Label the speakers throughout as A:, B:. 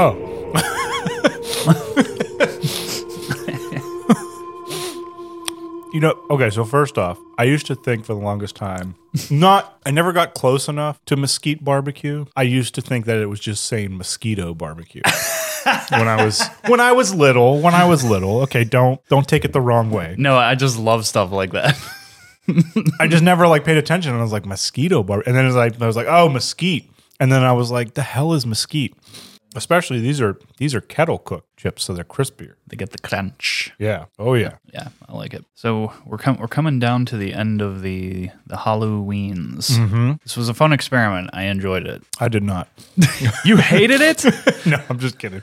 A: Oh. You know, okay, so first off, I used to think for the longest time, not, I never got close enough to mesquite barbecue. I used to think that it was just saying mosquito barbecue. when I was when I was little, when I was little, okay, don't don't take it the wrong way.
B: No, I just love stuff like that.
A: I just never like paid attention, and I was like mosquito bar, and then it was like I was like oh mesquite, and then I was like the hell is mesquite, especially these are these are kettle cooked chips, so they're crispier.
B: they get the crunch.
A: Yeah, oh yeah,
B: Yeah, I like it. So we're com- we're coming down to the end of the the Halloweens. This was a fun experiment. I enjoyed it.
A: I did not.
B: You hated it?
A: no, I'm just kidding.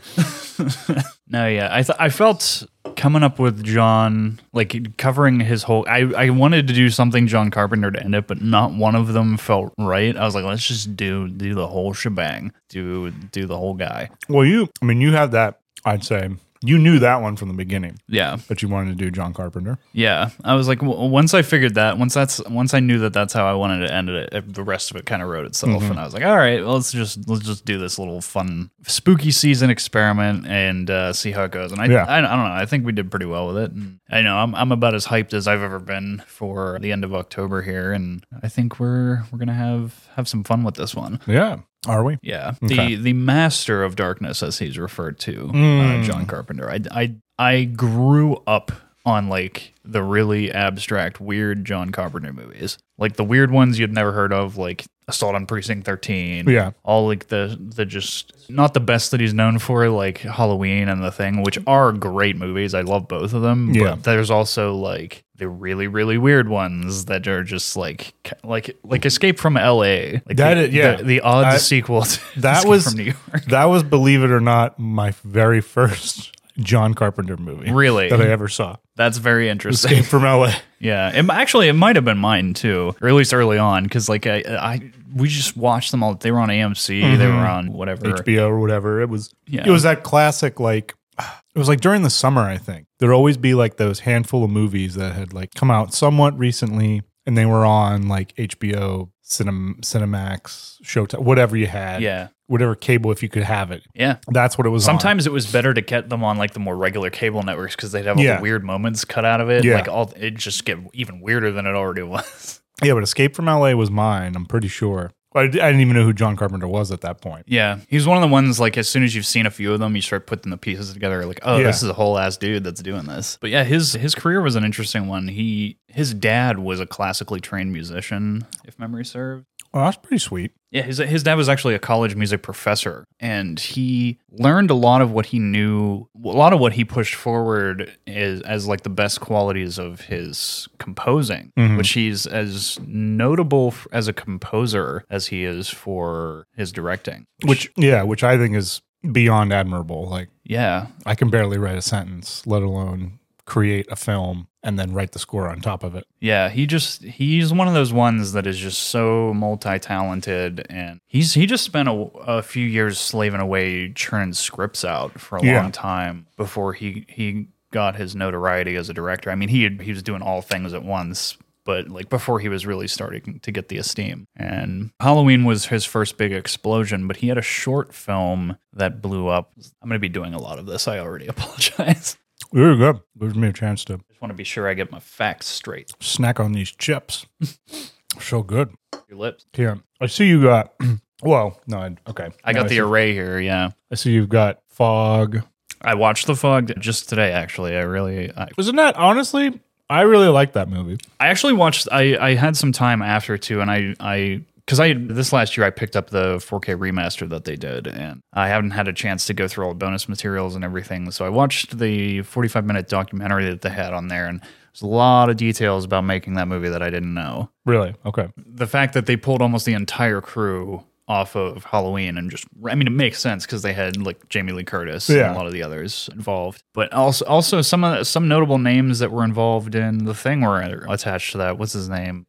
B: no, yeah. I th- I felt coming up with John like covering his whole. I I wanted to do something John Carpenter to end it, but not one of them felt right. I was like, let's just do do the whole shebang. Do do the whole guy.
A: Well, you, I mean, you had that. I'd say you knew that one from the beginning,
B: Yeah.
A: but you wanted to do John Carpenter.
B: Yeah, I was like, w once I figured that, once that's, once I knew that that's how I wanted to end it, it- the rest of it kind of wrote itself, and I was like, all right, well, let's just let's just do this little fun spooky season experiment and uh, see how it goes. And I,
A: Yeah.
B: I, I don't know, I think we did pretty well with it. And I know I'm, I'm about as hyped as I've ever been for the end of October here, and I think we're we're gonna have have some fun with this one.
A: Yeah, are we?
B: Yeah,
A: Okay.
B: the the master of darkness, as he's referred to, uh,
A: Mm.
B: John Carpenter. I, I I grew up on like the really abstract, weird John Carpenter movies, like the weird ones you'd never heard of, like Assault on Precinct Thirteen.
A: Yeah.
B: all like the the just not the best that he's known for, like Halloween and The Thing, which are great movies. I love both of them.
A: Yeah.
B: but there's also like the really really weird ones that are just like like like Escape from L.A. Like
A: That
B: the,
A: is- yeah.
B: the, the odd
A: I-
B: sequel. To
A: That
B: Escape
A: was
B: from New York.
A: That was, believe it or not, my very first John Carpenter movie.
B: Really?
A: That I ever saw.
B: That's very interesting.
A: Escape from LA.
B: Yeah, it, actually, it might have been mine too, or at least early on, because like I, I, we just watched them all. They were on AMC. They were
A: Mm-hmm.
B: on whatever.
A: HBO or whatever. It was
B: Yeah.
A: it was that classic like it was like during the summer, I think. There'd always be like those handful of movies that had like come out somewhat recently and they were on like HBO, Cinem- Cinemax, Showtime, whatever you had.
B: Yeah,
A: Whatever cable if you could have it.
B: yeah.
A: That's what it was on.
B: Sometimes it was better to get them on like the more regular cable networks because they'd have all
A: Yeah.
B: the weird moments cut out of it.
A: Yeah.
B: Like all it just get even weirder than it already was.
A: Yeah, but Escape from LA was mine, I'm pretty sure. I I didn't even know who John Carpenter was at that point.
B: yeah, he's one of the ones like as soon as you've seen a few of them, you start putting the pieces together. Like, oh,
A: Yeah.
B: this is a whole ass dude that's doing this. But yeah, his his career was an interesting one. He his dad was a classically trained musician, if memory serves.
A: Well, that's pretty sweet.
B: Yeah, his his dad was actually a college music professor, and he learned a lot of what he knew, a lot of what he pushed forward is as like the best qualities of his composing, which he's as notable f- as a composer as he is for his directing.
A: Which yeah, which I think is beyond admirable. Like
B: Yeah,
A: I can barely write a sentence, let alone create a film and then write the score on top of it.
B: Yeah, he just he's one of those ones that is just so multi-talented and he's he just spent a, a few years slaving away churning scripts out for a
A: Yeah.
B: long time before he he got his notoriety as a director. I mean, he had, he was doing all things at once, but like before he was really starting to get the esteem. And Halloween was his first big explosion, but he had a short film that blew up. I'm going to be doing a lot of this. I already apologize.
A: There you go. Gives me a chance to
B: just want to be sure I get my facts straight.
A: snack on these chips. so good.
B: Your lips.
A: Yeah. I see you got. Well, no, I, okay.
B: I
A: Now
B: got the
A: See,
B: array here. Yeah,
A: I see you've got fog.
B: I watched The Fog just today. Actually, I really, I,
A: Isn't that honestly? I really like that movie.
B: I actually watched. I I had some time after too, and I I because I this last year I picked up the 4K remaster that they did, and I haven't had a chance to go through all the bonus materials and everything. So I watched the 45 minute documentary that they had on there, and there's a lot of details about making that movie that I didn't know.
A: Really? Okay.
B: the fact that they pulled almost the entire crew off of Halloween and just I mean it makes sense because they had like Jamie Lee Curtis
A: Yeah.
B: and a lot of the others involved, but also also some of some notable names that were involved in the thing were attached to that. What's his name?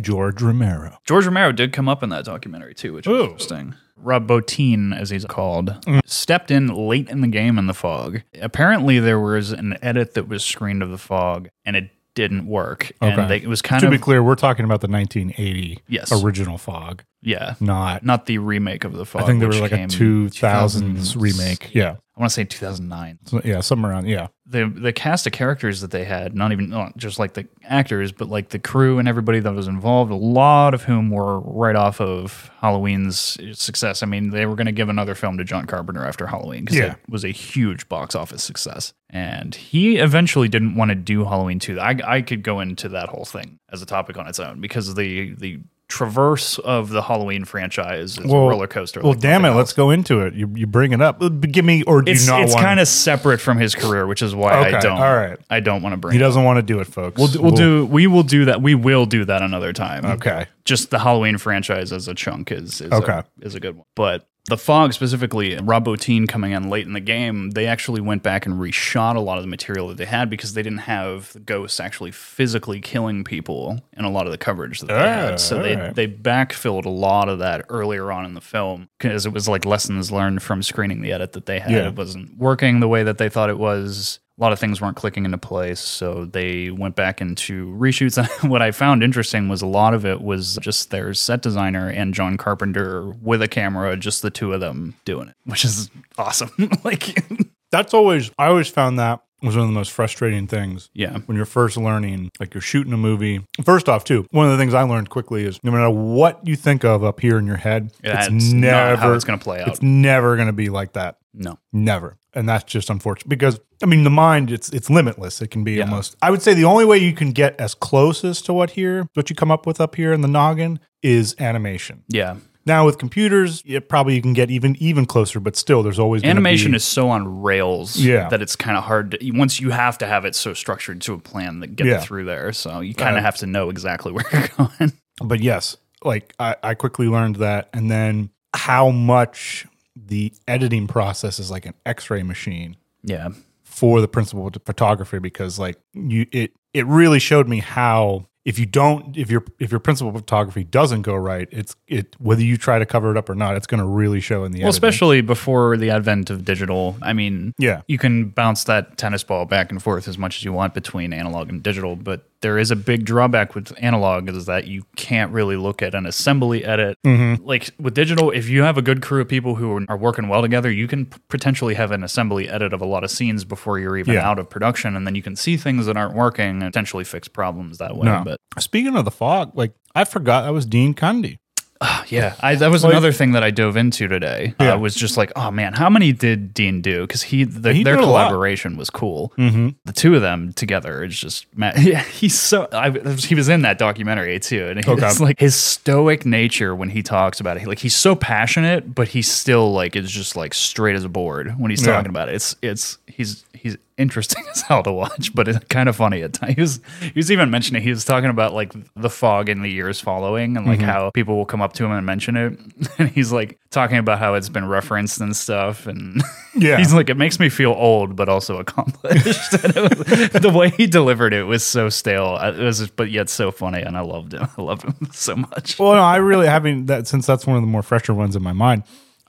A: George Romero.
B: George Romero did come up in that documentary too, which was
A: Ooh. Mm.
B: interesting. Rob Bottin, as he's called, stepped in late in the game in the fog. Apparently, there was an edit that was screened of the fog, and it didn't work.
A: Okay.
B: And they, it was kind
A: to
B: of
A: be clear, we're talking about the 1980
B: Yes.
A: original Fog.
B: Yeah.
A: Not.
B: Not the remake of the fog.
A: I think there was
B: which
A: like a
B: came
A: 2000s
B: 2000s
A: remake. Yeah.
B: I want to say 2009.
A: So, yeah. Somewhere around. Yeah.
B: The the cast of characters that they had, not even not just like the actors, but like the crew and everybody that was involved, a lot of whom were right off of Halloween's success. I mean, they were going to give another film to John Carpenter after Halloween because
A: Yeah.
B: it was a huge box office success. And he eventually didn't want to do Halloween 2. I, I could go into that whole thing as a topic on its own because of the the traverse of the Halloween franchise is
A: Well-
B: a roller coaster.
A: Well,
B: like
A: damn it.
B: nothing
A: Let's go into it. You, you bring it up. Uh, Give me, or do
B: it's,
A: you not
B: it's
A: want
B: kind of separate from his career, which is why
A: Okay,
B: I don't.
A: all right.
B: I don't want to bring.
A: He
B: it up.
A: doesn't want to do it, folks.
B: We'll, do- we'll do. We will do that. We will do that another time.
A: Okay.
B: Just the Halloween franchise as a chunk is, is
A: Okay.
B: A, is a good one, but. The Fog specifically, Rob Bottin coming in late in the game, they actually went back and reshot a lot of the material that they had because they didn't have the ghosts actually physically killing people in a lot of the coverage that they
A: Ah,
B: had. So they,
A: alright.
B: they backfilled a lot of that earlier on in the film because it was like lessons learned from screening the edit that they had.
A: Yeah.
B: It wasn't working the way that they thought it was. A lot of things weren't clicking into place, so they went back into reshoots. And what I found interesting was a lot of it was just their set designer and John Carpenter with a camera, just the two of them doing it, which is awesome. like,
A: That's always, I always found that was one of the most frustrating things
B: yeah,
A: when you're first learning, like you're shooting a movie. First off, too, one of the things I learned quickly is no matter what you think of up here in your head,
B: that's
A: it's
B: not how
A: never
B: it's going to play out.
A: it's never going to be like that.
B: no,
A: Never. And that's just unfortunate because I mean the mind it's it's limitless. It can be
B: Yeah.
A: almost I would say the only way you can get as closest to what here what you come up with up here in the noggin is animation.
B: yeah,
A: Now with computers, it probably you can get even even closer, but still there's always gonna
B: animation
A: be-
B: is so on rails
A: Yeah.
B: that it's kind of hard to once you have to have it so structured to a plan that get
A: Yeah.
B: through there so you kind of have to know exactly where you're going
A: but yes, like I, I quickly learned that, and then how much the editing process is like an X-ray machine
B: yeah
A: for the principal of photography because like you it it really showed me how if you don't if your if your principal photography doesn't go right it's it whether you try to cover it up or not it's going to really show in the
B: well
A: editing.
B: especially before the advent of digital i mean
A: yeah
B: you can bounce that tennis ball back and forth as much as you want between analog and digital but there is a big drawback with analog is that you can't really look at an assembly edit
A: Mm-hmm.
B: like with digital if you have a good crew of people who are- are working well together you can p- potentially have an assembly edit of a lot of scenes before you're even
A: Yeah.
B: out of production and then you can see things that aren't working and potentially fix problems that way
A: No.
B: but
A: speaking of the fog like I forgot that was Dean Cundy
B: yeah, I, that was
A: Like-
B: another thing that I dove into today. I
A: Yeah.
B: was just like, oh man, how many did Dean do? Because he, the,
A: He
B: their
A: did a lot.
B: collaboration was cool.
A: mm-hmm.
B: The two of them together is just man, yeah, he's so. I, he was in that documentary too, and
A: Okay.
B: it's like his stoic nature when he talks about it. Like he's so passionate, but he's still like is just like straight as a board when he's
A: Yeah.
B: talking about it. It's it's he's he's interesting as hell to watch, but it's kind of funny at times. He was he was even mentioning he was talking about like the fog in the years following and like how people will come up to him and mention it, and he's like talking about how it's been referenced and stuff, and
A: Yeah.
B: he's like it makes me feel old but also accomplished. And it was- the way he delivered it was so stale, I- it was just- but yet so funny, and I loved him. I loved him so much.
A: well no, I really having that since that's one of the more fresher ones in my mind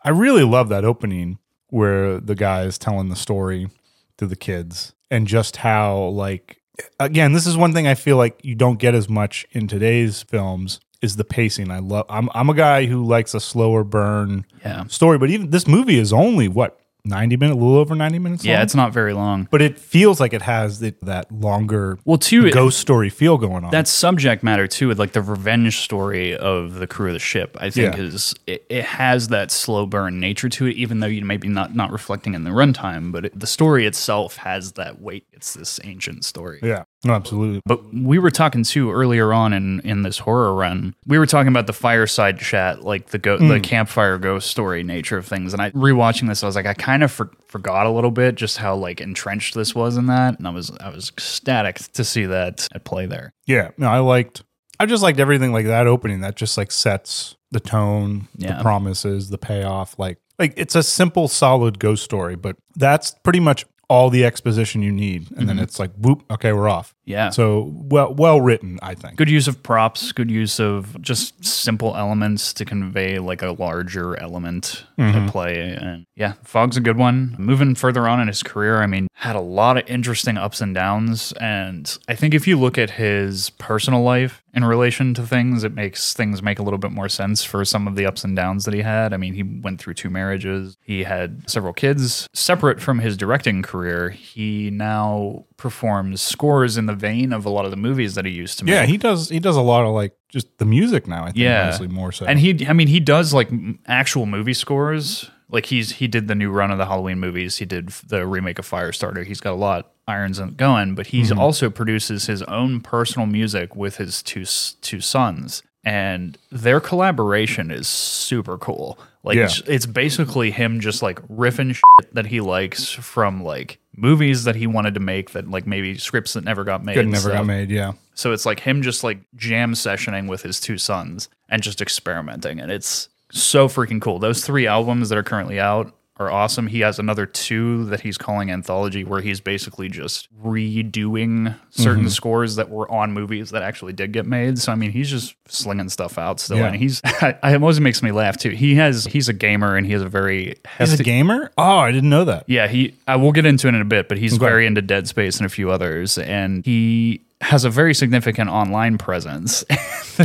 A: I really love that opening where the guy is telling the story to the kids and just how like again this is one thing i feel like you don't get as much in today's films is the pacing i love i'm, I'm a guy who likes a slower burn
B: Yeah.
A: story but even this movie is only what 90 minutes a little over 90 minutes
B: Yeah,
A: long?
B: it's not very long.
A: but it feels like it has it, that longer
B: Well, two
A: ghost story feel going on
B: that subject matter too with like the revenge story of the crew of the ship i think
A: Yeah.
B: is it, it has that slow burn nature to it even though you may be not not reflecting in the runtime but it, the story itself has that weight it's this ancient story
A: yeah no absolutely
B: but we were talking too earlier on in, in this horror run. We were talking about the fireside chat, like the go- the campfire ghost story nature of things. And I rewatching this, I was like, I kind of for- forgot a little bit just how like entrenched this was in that, and I was I was ecstatic to see that at play there.
A: yeah no i liked i just liked everything like that opening that just like sets the tone
B: Yeah.
A: the promises the payoff like like it's a simple solid ghost story but that's pretty much all the exposition you need and then it's like whoop okay we're off
B: Mm-hmm. Yeah.
A: So well, well written, I think.
B: good use of props, good use of just simple elements to convey like a larger element to play. And yeah, Fog's a good one. Moving further on in his career, I mean, had a lot of interesting ups and downs. And I think if you look at his personal life in relation to things, it makes things make a little bit more sense for some of the ups and downs that he had. I mean, he went through two marriages, he had several kids. Separate from his directing career, he now performs scores in the vein of a lot of the movies that he used to make.
A: Yeah, he does. He does a lot of like just the music now. I think
B: Yeah.
A: honestly more so.
B: And he, I mean, he does like m- actual movie scores. Like he's he did the new run of the Halloween movies. He did f- the remake of Firestarter. He's got a lot irons in- going, but he's also produces his own personal music with his two s- two sons, and their collaboration is super cool. Like
A: Yeah.
B: it's, it's basically him just like riffing shit that he likes from like movies that he wanted to make that like maybe scripts that never got made.
A: Good
B: and
A: never
B: stuff.
A: got made. Yeah,
B: So it's like him just like jam sessioning with his two sons and just experimenting. And it's so freaking cool. Those three albums that are currently out are awesome. He has another two that he's calling anthology, where he's basically just redoing
A: Mm-hmm.
B: certain scores that were on movies that actually did get made. So I mean, he's just slinging stuff out still,
A: Yeah.
B: and he's I, it always makes me laugh too. He has he's a gamer and he has a very
A: he's
B: hefty-
A: a gamer. Oh, I didn't know that.
B: yeah, he. I will get into it in a bit, but he's very into Dead Space and a few others, and he has a very significant online presence.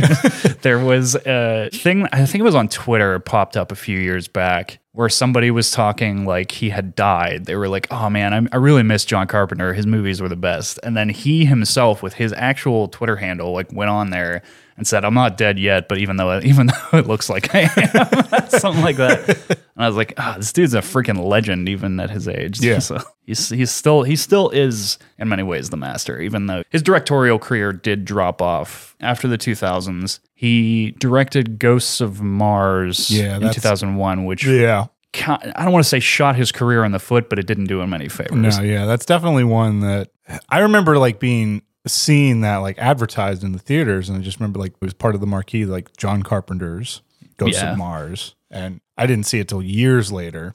B: there was a thing. I think it was on Twitter. It popped up a few years back where somebody was talking like he had died. They were like, "Oh man, I'm, I really miss John Carpenter. His movies were the best." And then he himself, with his actual Twitter handle, like went on there and said, "I'm not dead yet, but even though even though it looks like I am, something like that." And I was like, oh, "This dude's a freaking legend, even at his age."
A: Yeah.
B: So he's he's still he still is in many ways the master, even though his directorial career did drop off after the 2000s. He directed Ghosts of Mars
A: Yeah,
B: in
A: that's-
B: 2001, which
A: Yeah,
B: ki- I don't want to say shot his career in the foot, but it didn't do him any favors.
A: no, yeah, that's definitely one that I remember like being seeing that like advertised in the theaters, and I just remember like it was part of the marquee, like John Carpenter's Ghost
B: Yeah.
A: of Mars, and I didn't see it till years later.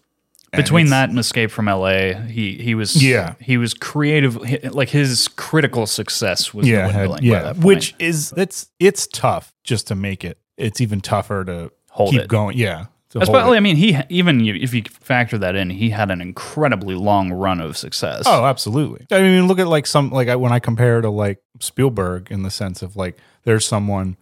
A: And
B: Between
A: it's-
B: that and Escape from LA, he he was
A: Yeah.
B: he was creative. hi- Like his critical success was
A: yeah, had-
B: dwindling. by
A: yeah,
B: that point.
A: which is that's it's tough just to make it. It's even tougher to
B: Hold
A: keep
B: it.
A: going. Yeah, to hold it.
B: Especially, I mean, he even you- if you factor that in, he had an incredibly long run of success.
A: Oh, absolutely. I mean, look at like some like I, when I compare to like Spielberg in the sense of like there's someone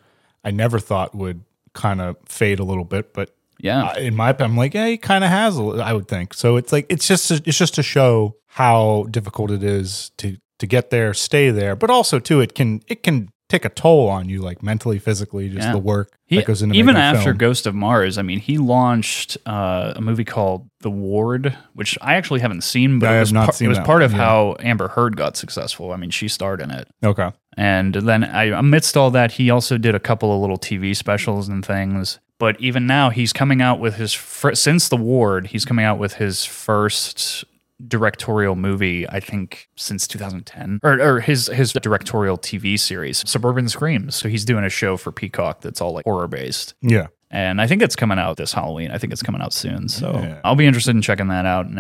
A: I never thought would kind of fade a little bit, but
B: yeah,
A: I- in my opinion, I'm like, yeah, he kind of has. A, li- I would think so. It's like it's just it's just to show how difficult it is to to get there, stay there, but also too it can it can take a toll on you like mentally, physically, just
B: Yeah.
A: the work
B: He-
A: that goes into
B: even
A: making a
B: after
A: film.
B: Ghost of Mars. I mean, he launched uh, a movie called The Ward, which I actually haven't seen, but
A: I
B: it
A: have
B: was,
A: not
B: par-
A: seen
B: it was
A: that
B: part
A: one,
B: of
A: yeah.
B: how Amber Heard got successful. I mean, she starred in it.
A: okay,
B: And then I, amidst all that, he also did a couple of little TV specials and things. But even now, he's coming out with his fir- since the Ward, he's coming out with his first directorial movie. I think since 2010, or, or his his directorial TV series, Suburban Screams. So he's doing a show for Peacock that's all like horror based.
A: yeah,
B: And I think it's coming out this Halloween. I think it's coming out soon. So
A: Yeah.
B: I'll be interested in checking that out and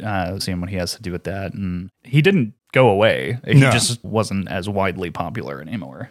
B: uh, uh, seeing what he has to do with that. And he didn't go away, he
A: No.
B: just wasn't as widely popular anymore.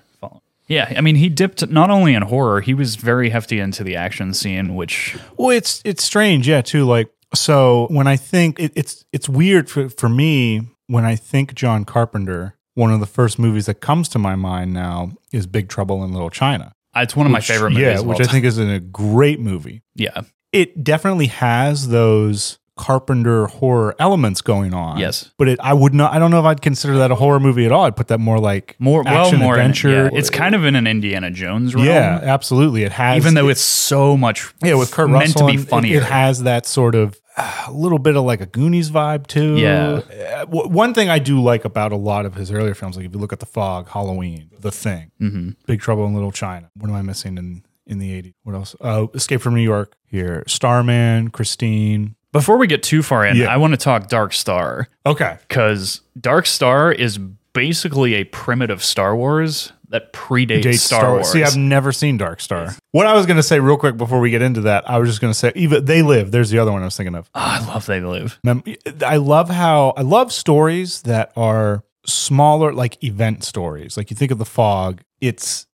B: Yeah, I mean, he dipped not only in horror, he was very hefty into the action scene, which,
A: Well, it's it's strange, yeah, too. Like so, when I think it, it's it's weird for for me when I think John Carpenter. One of the first movies that comes to my mind now is Big Trouble in Little China.
B: uh, it's one of my favorite movies.
A: yeah,
B: of
A: which
B: all
A: I
B: time.
A: think is a great movie.
B: yeah,
A: It definitely has those Carpenter horror elements going on.
B: Yes.
A: but it, I would not. I don't know if I'd consider that a horror movie at all. I'd put that more like
B: more, well,
A: action
B: more in-
A: adventure.
B: yeah, it's kind of in an Indiana Jones realm.
A: yeah, absolutely. It has
B: Even though it's so much
A: Yeah, with Kurt
B: meant
A: Russell,
B: to be
A: and it-
B: funnier.
A: It, has that sort of a little bit of like a Goonies vibe too.
B: Yeah.
A: Uh, w- one thing I do like about a lot of his earlier films, like if you look at The Fog, Halloween, The Thing,
B: Mm-hmm.
A: Big Trouble in Little China. What am I missing in in the eighties? What else? Uh, Escape from New York. Here, Starman, Christine.
B: Before we get too far in,
A: Yeah.
B: I want to talk Dark Star.
A: Okay.
B: because Dark Star is basically a primitive Star Wars that predates
A: Date
B: Star, Wars.
A: See, I've never seen Dark Star. What I was going to say real quick before we get into that, I was just going to say, even They Live. There's the other one I was thinking of.
B: Ah, I love They Live.
A: Mem- I love how I love stories that are smaller like event stories. Like you think of the fog, it's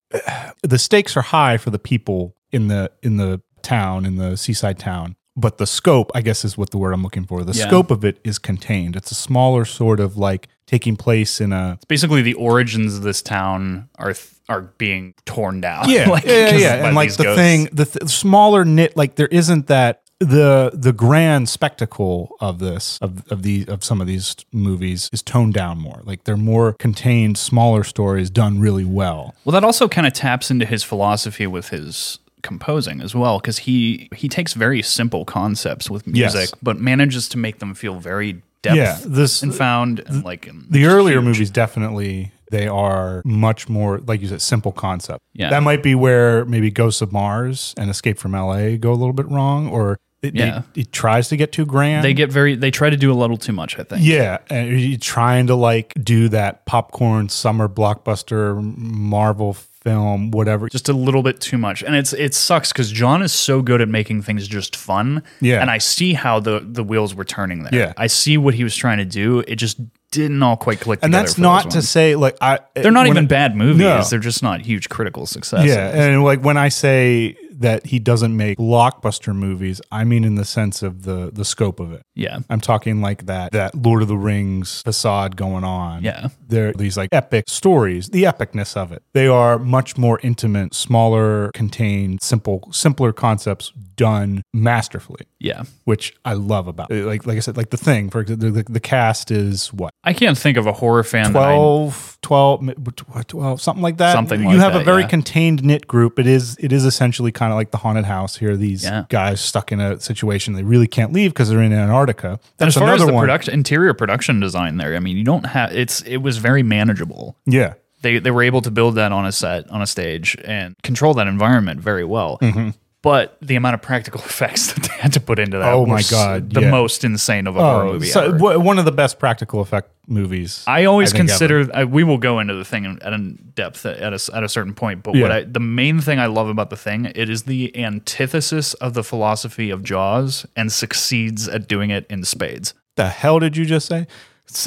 A: the stakes are high for the people in the in the town in the seaside town, but the scope, I guess is what the word I'm looking for. The
B: Yeah.
A: scope of it is contained. It's a smaller sort of like taking place in a
B: Basically, the origins of this town are th- are being torn down.
A: Yeah,
B: like,
A: yeah, yeah,
B: because
A: yeah.
B: by
A: and like
B: these
A: the
B: ghosts.
A: thing, the th- smaller knit, like there isn't that the the grand spectacle of this of of the of some of these movies is toned down more. Like they're more contained, smaller stories done really well.
B: Well, that also kind of taps into his philosophy with his composing as well, because he he takes very simple concepts with
A: Yes.
B: music, but manages to make them feel very depth
A: Yeah, this-
B: and found and like and
A: The earlier movies definitely they are much more like you said simple concept.
B: Yeah.
A: that might be where maybe Ghosts of Mars and Escape from L.A. go a little bit wrong, or it,
B: Yeah.
A: it, it tries to get too grand.
B: they get very they try to do a little too much. I think.
A: Yeah, and are you trying to like do that popcorn summer blockbuster Marvel film, whatever. Just
B: Just a little bit too much, and it's it sucks because John is so good at making things just fun.
A: Yeah.
B: and I see how the the wheels were turning there.
A: Yeah.
B: I see what he was trying to do. It just didn't all quite click.
A: and
B: together
A: that's
B: for
A: not
B: this
A: to
B: one.
A: say like I.
B: They're not even bad movies.
A: No.
B: They're just not huge critical successes.
A: Yeah, and like when I say that he doesn't make blockbuster movies, I mean in the sense of the the scope of it.
B: yeah.
A: I'm talking like that that Lord of the Rings facade going on.
B: Yeah.
A: There are these like epic stories, the epicness of it. They are much more intimate, smaller, contained, simple, simpler concepts done masterfully.
B: Yeah.
A: which I love about it. like like I said like the thing for example the, the cast is what
B: I can't think of a horror fan
A: 12, 12, mi- tw- 12 something like that
B: Something
A: you
B: like
A: have a
B: that,
A: very
B: yeah.
A: contained knit group it is it is essentially kind of like the haunted house here are these
B: Yeah.
A: guys stuck in a situation they really can't leave because they're in Antarctica
B: that I, as
A: that's
B: far
A: another
B: as the
A: one
B: production interior production design there, I mean, you don't have it's it was very manageable.
A: yeah
B: They they were able to build that on a set, on a stage and control that environment very well.
A: Mm-hmm.
B: But the amount of practical effects that they had to put into that
A: Oh my
B: was
A: God,
B: the
A: yeah.
B: most insane of a horror
A: oh,
B: movie
A: so,
B: ever.
A: w- one of the best practical effect movies
B: I always
A: think ever.
B: consider I, we will go into the thing in- at a depth at a, s- at a certain point, but what
A: Yeah.
B: I the main thing I love about the thing it is the antithesis of the philosophy of Jaws and succeeds at doing it in spades.
A: the hell did you just say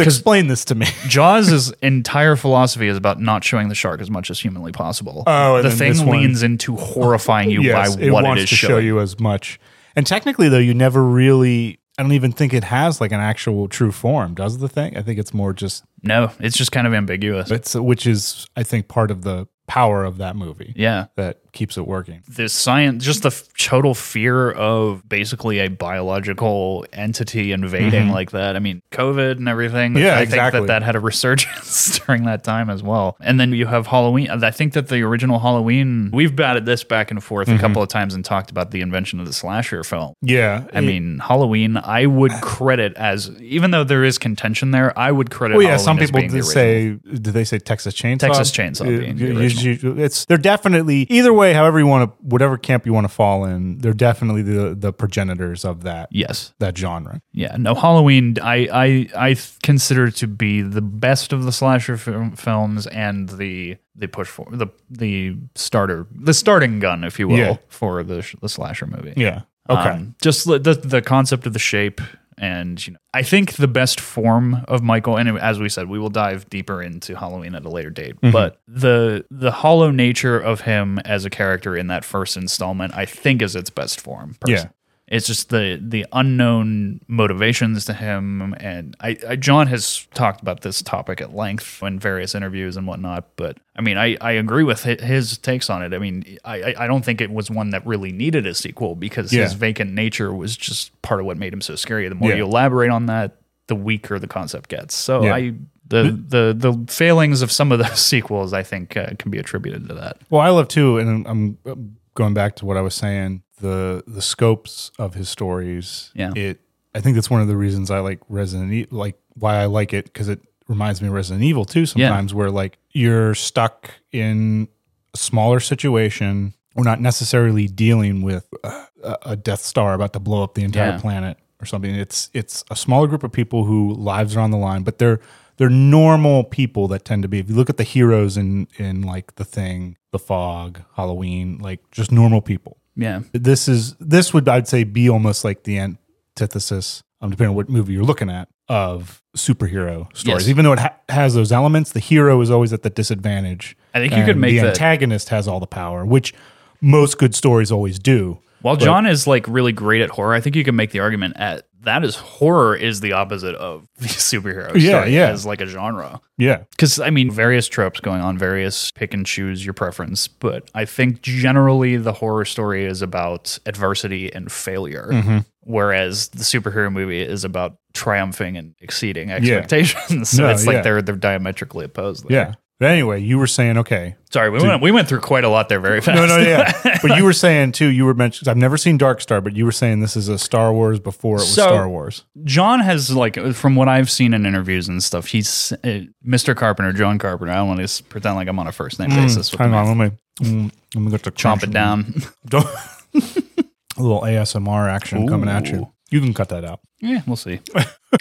A: explain this to me
B: Jaws' entire philosophy is about not showing the shark as much as humanly possible.
A: Oh, and
B: the
A: then
B: thing
A: this one-
B: leans into horrifying you
A: yes,
B: by
A: it
B: what
A: wants
B: it is
A: to
B: showing.
A: show you as much. And technically, though, you never really. I don't even think it has like an actual true form, does the thing? I think it's more just
B: No, it's just kind of ambiguous.
A: it's which is I think part of the power of that movie
B: yeah.
A: that keeps it working.
B: The science, just the f- total fear of basically a biological entity invading like that. I mean, COVID and everything.
A: Mm-hmm. Yeah,
B: I
A: exactly.
B: think that that had a resurgence during that time as well. And then you have Halloween. I think that the original Halloween, we've batted this back and forth
A: Mm-hmm.
B: a couple of times and talked about the invention of the slasher film.
A: Yeah,
B: I mean, Halloween, I would credit as, even though there is contention there, I would credit.
A: Well, yeah,
B: Halloween
A: some
B: as
A: people
B: being the
A: did
B: original.
A: say, did they say Texas Chainsaw?
B: Texas Chainsaw
A: Uh,
B: being the
A: you-
B: original.
A: you- it's they're definitely either way, however you want to, whatever camp you want to fall in, they're definitely the the progenitors of that
B: Yes.
A: that genre.
B: Yeah. No, Halloween, I, I, I th- consider to be the best of the slasher film, films and the, the push for the, the starter, the starting gun, if you will,
A: Yeah.
B: for the, sh- the slasher movie.
A: Yeah. Okay.
B: Um, just the, the the concept of the shape, and you know, I think the best form of Michael. And as we said, we will dive deeper into Halloween at a later date.
A: Mm-hmm.
B: But the the hollow nature of him as a character in that first installment, I think, is its best form.
A: Yeah.
B: It's just the the unknown motivations to him, and I, I John has talked about this topic at length in various interviews and whatnot. But I mean, I, I agree with hi- his takes on it. I mean, I I- I don't think it was one that really needed a sequel because his
A: Yeah.
B: vacant nature was just part of what made him so scary. The more
A: Yeah.
B: you elaborate on that, the weaker the concept gets. So
A: Yeah.
B: I the the the failings of some of those sequels, I think, uh, can be attributed to that.
A: Well, I love too, and I'm, I'm going back to what I was saying. The the scopes of his stories.
B: Yeah.
A: It. I think that's one of the reasons I like Resident Evil. Like why I like it because it reminds me of Resident Evil too. Sometimes where like you're stuck in a smaller situation. We're not necessarily dealing with uh, a, a Death Star about to blow up the entire
B: Yeah.
A: planet or something. It's it's a smaller group of people who lives are on the line, but they're they're normal people that tend to be. If you look at the heroes in in like The Thing, The Fog, Halloween, like just normal people.
B: Yeah.
A: This is this would I'd say be almost like the antithesis um, depending on what movie you're looking at, of superhero stories.
B: Yes.
A: Even though it ha- has those elements, the hero is always at the disadvantage.
B: I think you could
A: and
B: make
A: the
B: that.
A: antagonist has all the power, which most good stories always do.
B: While John is like really great at horror, I think you can make the argument at that is horror is the opposite of the superhero.
A: Yeah,
B: story
A: yeah.
B: As like a genre.
A: Yeah,
B: Because I mean, various tropes going on, various pick and choose your preference. But I think generally the horror story is about adversity and failure,
A: Mm-hmm.
B: whereas the superhero movie is about triumphing and exceeding expectations. so
A: No,
B: it's like
A: yeah.
B: they're they're diametrically opposed. There.
A: yeah. But anyway, you were saying okay,
B: Sorry, we went we went through quite a lot there very fast.
A: No, no, yeah. but you were saying too. You were mentioning. I've never seen Dark Star, but you were saying this is a Star Wars before it was
B: So-
A: Star Wars.
B: John has like uh, from what I've seen in interviews and stuff, he's uh, Mr. Carpenter, John Carpenter. I don't want to s- pretend like I'm on a first name basis with
A: Hang
B: him.
A: on, let me. Mm, let me get the
B: Chomp it down.
A: Don't- a little ASMR action coming at you.
B: Ooh.
A: You can cut that out.
B: yeah, we'll see.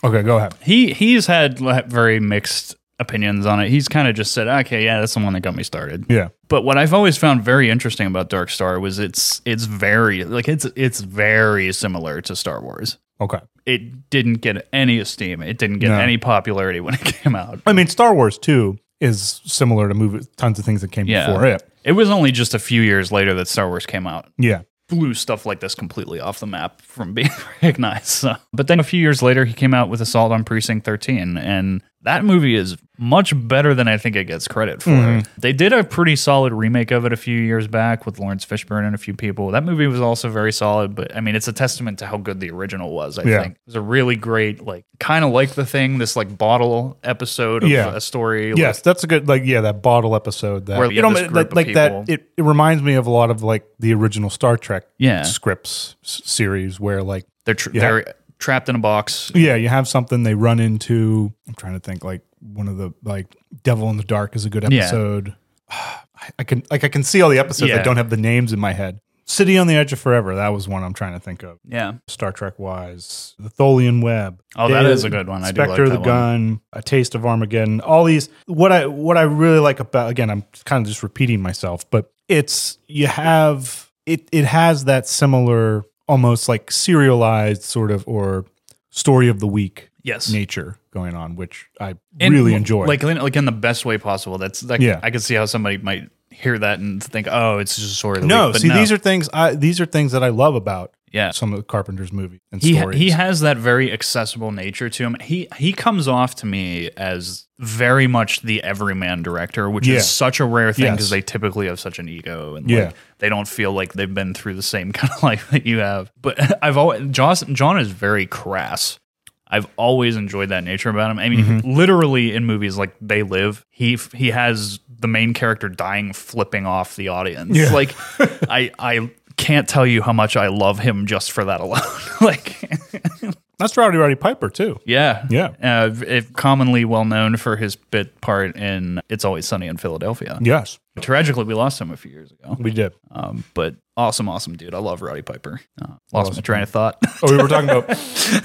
A: Okay, go ahead.
B: He he's had li- very mixed opinions on it. He's kind of just said, "Okay, yeah, that's the one that got me started."
A: Yeah,
B: But what I've always found very interesting about Dark Star was it's it's very like it's it's very similar to Star Wars.
A: okay.
B: It didn't get any esteem. It didn't get
A: No.
B: any popularity when it came out.
A: I mean, Star Wars too is similar to movie tons of things that came
B: Yeah.
A: before it.
B: It was only just a few years later that Star Wars came out.
A: Yeah,
B: blew stuff like this completely off the map from being recognized. So. But then a few years later, he came out with Assault on Precinct 13, and that movie is much better than I think it gets credit for.
A: Mm-hmm.
B: They did a pretty solid remake of it a few years back with Lawrence Fishburne and a few people. That movie was also very solid, but I mean, it's a testament to how good the original was, I
A: Yeah.
B: think. It was a really great, like, kind of like the thing, this like bottle episode of
A: Yeah.
B: a story. like,
A: yes, that's a good like yeah that bottle episode that
B: Where you
A: you
B: have
A: know
B: this
A: like,
B: group of
A: like that.
B: people.
A: It, it reminds me of a lot of like the original Star Trek
B: Yeah.
A: scripts s- series where like
B: they're, tr they're trapped in a box.
A: Yeah, you have something they run into. I'm trying to think like one of the like Devil in the Dark is a good
B: Yeah.
A: episode. I, I can like I can see all the episodes.
B: Yeah.
A: I don't have the names in my head. City on the Edge of Forever. That was one I'm trying to think of.
B: Yeah.
A: Star Trek wise, the Tholian Web.
B: Oh, that
A: Data-
B: is a good one. I do like
A: Spectre of the
B: that one.
A: Gun, A Taste of Armageddon. All these. What I what I really like about again, I'm kind of just repeating myself, but it's you have it. It has that similar, almost like serialized sort of or story of the week
B: Yes.
A: nature going on, which I
B: And,
A: really enjoy.
B: Like in- like in the best way possible. That's like
A: Yeah.
B: I can see how somebody might hear that and think, oh, it's just a story. Of the
A: no,
B: week. But
A: see, these are things I these are things that I love about
B: yeah.
A: some of Carpenter's movie and
B: He,
A: stories.
B: he has that very accessible nature to him. He he comes off to me as very much the everyman director, which
A: Yeah.
B: is such a rare thing
A: Yes.
B: because they typically have such an ego and
A: Yeah.
B: like, they don't feel like they've been through the same kind of life that you have. But I've always John, John is very crass. I've always enjoyed that nature about him. I mean,
A: Mm-hmm.
B: literally in movies like They Live, he f- he has the main character dying, flipping off the audience.
A: Yeah.
B: Like, I I can't tell you how much I love him just for that alone. like,
A: That's Rowdy Roddy Piper too.
B: yeah,
A: Yeah.
B: Uh, if commonly well known for his bit part in "It's Always Sunny in Philadelphia."
A: Yes,
B: Tragically, we lost him a few years ago.
A: we did.
B: Um, but awesome, awesome dude. I love Roddy Piper. Uh, lost my train of thought.
A: Oh, we were talking about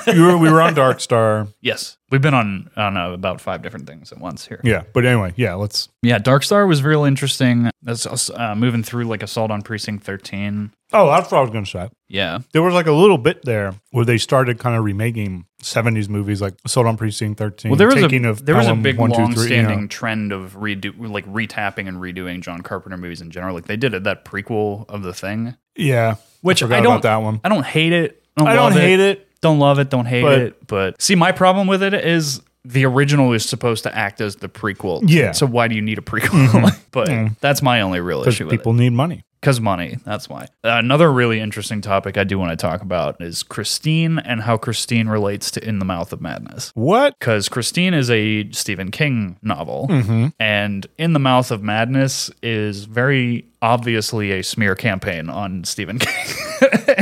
A: you were, we were on Dark Star.
B: yes, we've been on on uh, about five different things at once here.
A: Yeah, but anyway, yeah. Let's.
B: Yeah, Dark Star was real interesting. That's us uh, moving through like Assault on Precinct 13.
A: Oh, that's what I was going to say.
B: Yeah.
A: There was like a little bit there where they started kind of remaking '70s movies, like Assault on Precinct 13.
B: Well, there was
A: Taking
B: a
A: of
B: there was a
A: Pelham
B: big
A: 1, 2, 3, you know.
B: long-standing trend of redo like retapping and redoing John Carpenter movies in general. Like they did it, that prequel of the thing,
A: Yeah,
B: which I,
A: forgot
B: don't
A: about that one.
B: I don't hate it.
A: I
B: love
A: don't hate it.
B: Don't love it. Don't hate
A: But-
B: it. But see, my problem with it is the original is supposed to act as the prequel.
A: Yeah. Mm-hmm.
B: So why do you need a prequel? but that's my only real issue with it.
A: People need money.
B: Because money, that's why. Another really interesting topic I do want to talk about is Christine and how Christine relates to In the Mouth of Madness.
A: What?
B: Because Christine is a Stephen King novel,
A: Mm-hmm.
B: and In the Mouth of Madness is very obviously a smear campaign on Stephen King.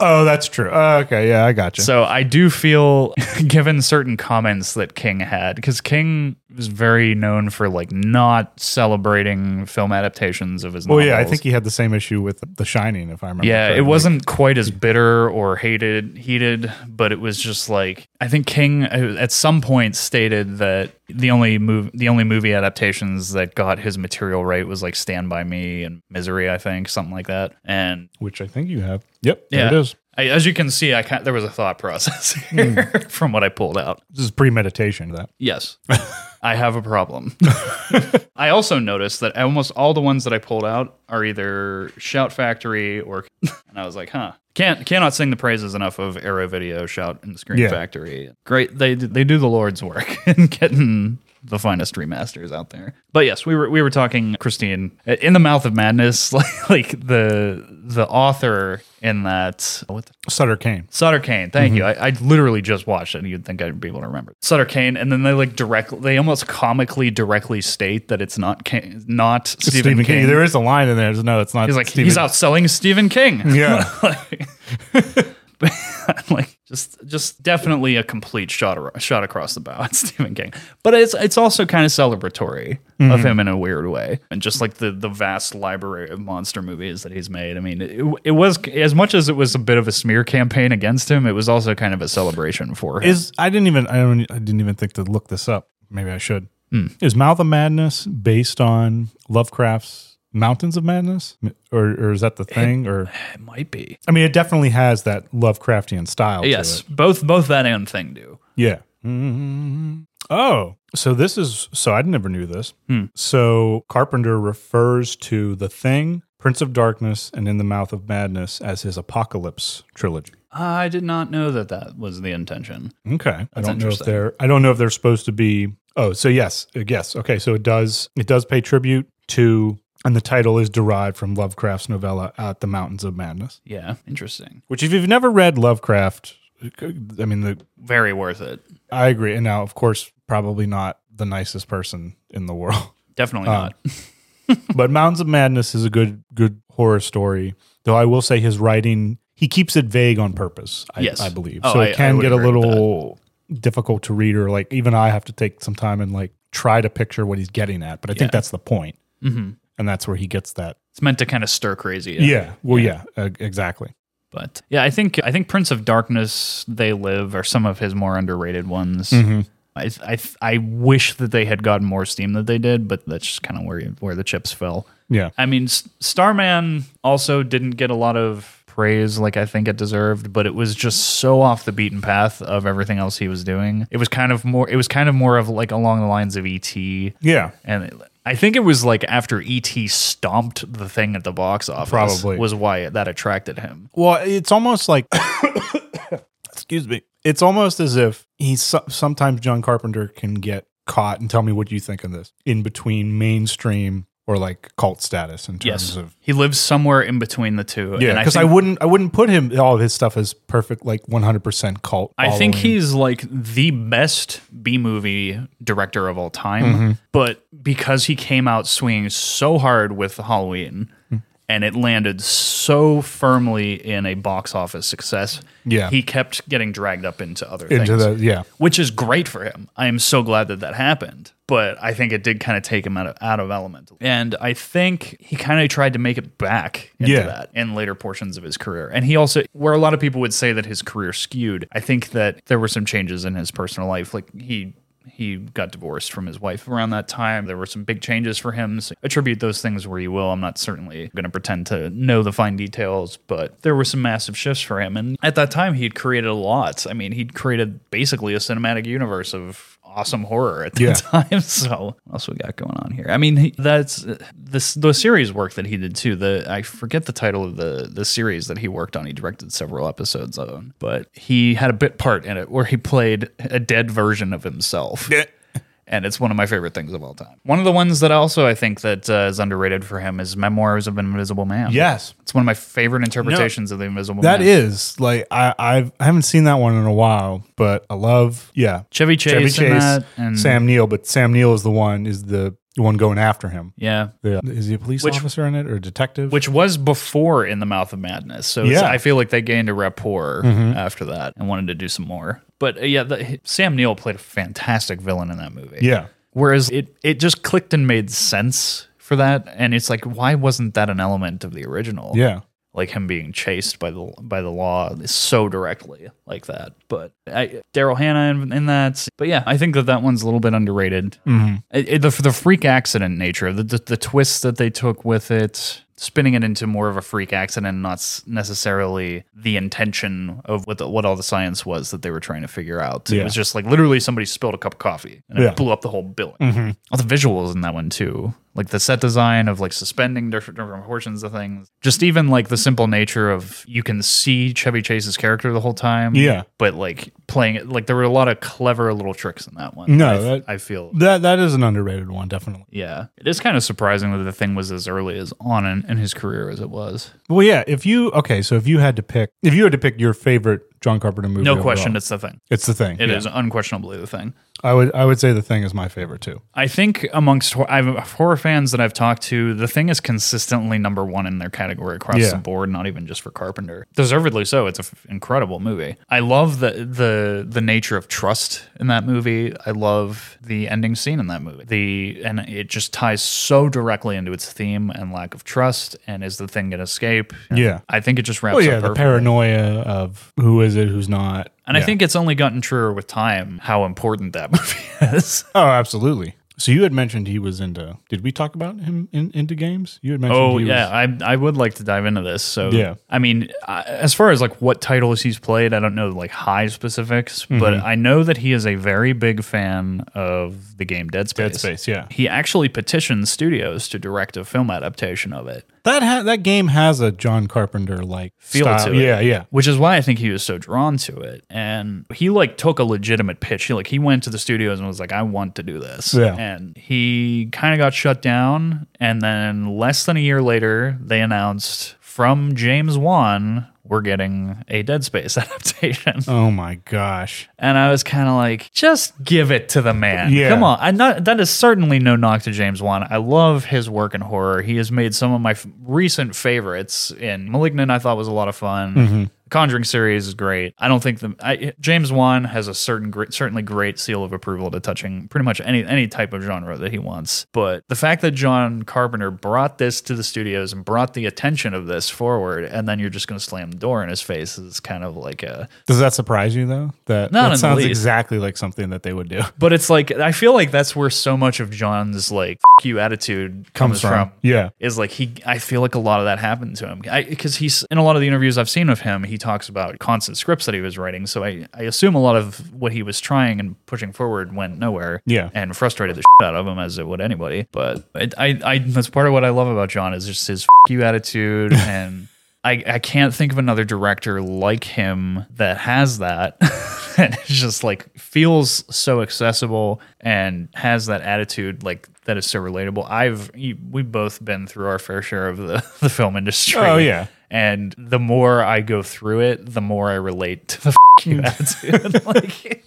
A: Oh, that's true. Uh, okay, yeah, I got you.
B: so I do feel, given certain comments that King had, because King was very known for like not celebrating film adaptations of his
A: well,
B: novels.
A: Oh, yeah, I think he had the same issue with The Shining, if I remember.
B: Yeah,
A: correctly.
B: it wasn't quite as bitter or hated, heated, but it was just like I think King uh, at some point stated that the only move, the only movie adaptations that got his material right was like Stand by Me and Misery, I think, something like that. And
A: which I think you have. Yep, there
B: yeah,
A: it is. Hmm.
B: I, as you can see, I kind there was a thought process here from what I pulled out.
A: This is premeditation. That
B: Yes, I have a problem. I also noticed that almost all the ones that I pulled out are either Shout Factory or, and I was like, huh. Can't cannot sing the praises enough of Arrow Video, Shout, and Screen
A: Yeah.
B: Factory. Great, they they do the Lord's work in getting the finest remasters out there. But yes, we were we were talking Christine in the mouth of madness, like like the the author in that what the
A: Sutter Kane.
B: Sutter Kane. Thank
A: Mm-hmm.
B: you. I, I literally just watched it. and You'd think I'd be able to remember Sutter Kane, and then they like directly, they almost comically directly state that it's not King, not Stephen,
A: Stephen King.
B: King.
A: There is a line in there. No, it's not.
B: he's like
A: Stephen. Mm.
B: he's outselling Stephen King.
A: Yeah,
B: Like- like just just definitely a complete shot ar- shot across the bow at Stephen King. But it's it's also kind of celebratory of
A: Mm-hmm.
B: him in a weird way, and just like the the vast library of monster movies that he's made. I mean, it, it was as much as it was a bit of a smear campaign against him, it was also kind of a celebration for him.
A: is I didn't even I don't I didn't even think to look this up. Maybe I should.
B: Hmm.
A: Is Mouth of Madness based on Lovecraft's Mountains of Madness, or, or is that the thing? Or
B: it might be
A: I mean, it definitely has that Lovecraftian style.
B: yes,
A: To it.
B: both both that and thing do.
A: Yeah. mm Oh, so this is so I never knew this.
B: Hmm.
A: So Carpenter refers to the thing, Prince of Darkness, and In the Mouth of Madness as his apocalypse trilogy.
B: I did not know that that was the intention.
A: Okay. I don't know if
B: interesting.
A: they're I don't know if they're supposed to be Oh, so yes, uh, yes. Okay, so it does it does pay tribute to and the title is derived from Lovecraft's novella At the Mountains of Madness,
B: Yeah, interesting.
A: which if you've never read Lovecraft, I mean the
B: Very worth it.
A: I agree. And now of course probably not the nicest person in the world. Oh.
B: Definitely not.
A: but Mountains of Madness is a good good horror story. Though I will say his writing he keeps it vague on purpose. I,
B: Yes.
A: I believe
B: Oh,
A: so.
B: I-
A: it
B: I
A: can
B: would
A: get a
B: agree with
A: little difficult to read, or like even I have to take some time and like try to picture what he's getting at. But I think that's the point, and that's where he gets that.
B: Mm-hmm. It's meant to kind of stir crazy.
A: Yeah. Well, yeah. uh, exactly.
B: But yeah, I think I think Prince of Darkness, They Live are some of his more underrated ones.
A: Mm-hmm.
B: I, I I wish that they had gotten more steam that they did, but that's just kind of where you, where the chips fell.
A: Yeah.
B: I mean, S- Starman also didn't get a lot of praise like I think it deserved, but it was just so off the beaten path of everything else he was doing. It was kind of more it was kind of more of like along the lines of ET
A: Yeah.
B: and it- I think it was like after ET stomped the thing at the box office,
A: Probably.
B: was why that attracted him.
A: Well, it's almost like, excuse me, it's almost as if he so- sometimes John Carpenter can get caught and tell me what you think of this in between mainstream or like cult status in terms
B: Yes,
A: of
B: he lives somewhere in between the two.
A: yeah.
B: and
A: Because I,
B: think-
A: wouldn't, I wouldn't put him all of his stuff as perfect, like one hundred percent cult.
B: I think
A: following.
B: he's like the best B movie director of all time,
A: Mm-hmm.
B: but because he came out swinging so hard with Halloween
A: Mm.
B: and it landed so firmly in a box office success,
A: Yeah.
B: he kept getting dragged up into other
A: into
B: things.
A: the yeah.
B: which is great for him. I am so glad that that happened, but I think it did kind of take him out of out of element. And I think he kind of tried to make it back into
A: Yeah.
B: that in later portions of his career. And he also where a lot of people would say that his career skewed, I think that there were some changes in his personal life like he he got divorced from his wife around that time. There were some big changes for him. So attribute those things where you will. I'm not certainly going to pretend to know the fine details, but there were some massive shifts for him. And at that time, he'd created a lot. I mean, he'd created basically a cinematic universe of awesome horror at the
A: Yeah.
B: time. So what else we got going on here? I mean, he, that's this the series work that he did too. The I forget the title of the the series that he worked on. He directed several episodes of, but he had a bit part in it where he played a dead version of himself. And it's one of my favorite things of all time. One of the ones that also I think that uh, is underrated for him is Memoirs of an Invisible Man.
A: Yes,
B: it's one of my favorite interpretations of the Invisible
A: that
B: Man.
A: is like I I've, I haven't seen that one in a while, but I love yeah.
B: Chevy Chase,
A: Chevy
B: in
A: Chase,
B: that, and
A: Sam Neill, but Sam Neill is the one is the one going after him.
B: Yeah,
A: Yeah. Is he a police officer in it or a detective?
B: which was before in the mouth of madness so it's-
A: Yeah. Mm-hmm.
B: i feel like they gained a rapport after that and wanted to do some more but uh, yeah the, sam neill played a fantastic villain in that movie
A: yeah.
B: whereas it, it just clicked and made sense for that and it's like why wasn't that an element of the original
A: Yeah.
B: like him being chased by the by the law so directly like that. But I, Daryl Hannah in, in that. But yeah, I think that that one's a little bit
A: Mm-hmm.
B: underrated. It- it- the the freak accident nature, the, the the twists that they took with it, spinning it into more of a freak accident, not s- necessarily the intention of what the, what all the science was that they were trying to figure out. It
A: Yeah.
B: was just like literally somebody spilled a cup of coffee and
A: Yeah. Mm-hmm.
B: it blew up the whole building. All the visuals in that one too, like the set design of like suspending different, different portions of things. Just even like the simple nature of you can see Chevy Chase's character the whole time.
A: Yeah.
B: but like playing it, like there were a lot of clever little tricks in that one.
A: No,
B: I,
A: that-
B: I feel
A: That that is an underrated one, definitely.
B: yeah, it is kind of surprising that the thing was as early as on in, in his career as it was.
A: Well, yeah. If you okay, so if you had to pick, if you had to pick your favorite John Carpenter movie,
B: No
A: overall,
B: question, it's the thing.
A: it's the thing.
B: It is unquestionably the thing.
A: I would I would say the thing is my favorite too.
B: I think amongst hor- I've, horror fans that I've talked to, the thing is consistently number one in their category across
A: Yeah.
B: the board, not even just for Carpenter. Deservedly so. It's an incredible movie. I love the the the nature of trust in that movie. I love the ending scene in that movie. The and it just ties so directly into its theme and lack of trust. And is the thing going to escape? And
A: Yeah.
B: I think it just wraps
A: Oh yeah,
B: up
A: the
B: perfectly.
A: paranoia of who is it, who's not,
B: And I
A: Yeah.
B: think it's only gotten truer with time how important that movie is.
A: oh, absolutely. So you had mentioned he was into. Did we talk about him in, into games? You had mentioned.
B: Oh
A: he
B: yeah,
A: was,
B: I I would like to dive into this. So
A: Yeah.
B: I mean, I- as far as like what titles he's played, I don't know like high specifics, but
A: Mm-hmm.
B: I know that he is a very big fan of the game Dead Space.
A: Dead Space. Yeah,
B: He actually petitioned studios to direct a film adaptation of it,
A: that ha- that game has a John Carpenter like
B: Feel
A: style.
B: to it.
A: Yeah, yeah.
B: which is why I think he was so drawn to it. And he like took a legitimate pitch. He like he went to the studios and was like, "I want to do this."
A: Yeah.
B: And he kind of got shut down. And then less than a year later, they announced from James Wan, we're getting a Dead Space adaptation.
A: Oh my gosh.
B: And I was kind of like, just give it to the man.
A: Yeah.
B: Come on. I'm not, that is certainly no knock to James Wan. I love his work in horror. He has made some of my f- recent favorites. In Malignant, I thought was a lot of fun. The Conjuring series is great. I don't think the I, James Wan has a certain great, certainly great seal of approval to touching pretty much any any type of genre that he wants. But the fact that John Carpenter brought this to the studios and brought the attention of this forward, and then you're just going to slam the door in his face is kind of like a
A: Does that surprise you though? That
B: Not in the
A: that sounds
B: least.
A: exactly like something that they would do.
B: But it's like I feel like that's where so much of John's like F- you attitude comes, from.
A: Yeah.
B: Is like he, I feel like a lot of that happened to him because he's in a lot of the interviews I've seen of him. He talks about constant scripts that he was writing, so I, I assume a lot of what he was trying and pushing forward went nowhere.
A: Yeah.
B: and frustrated the shit out of him as it would anybody. But it, I, I, that's part of what I love about John is just his F- you attitude and. I, I can't think of another director like him that has that. and it's just like feels so accessible and has that attitude like that is so relatable. I've you- we've both been through our fair share of the, the film industry.
A: Oh, yeah.
B: And the more I go through it, the more I relate to the f- you attitude. like,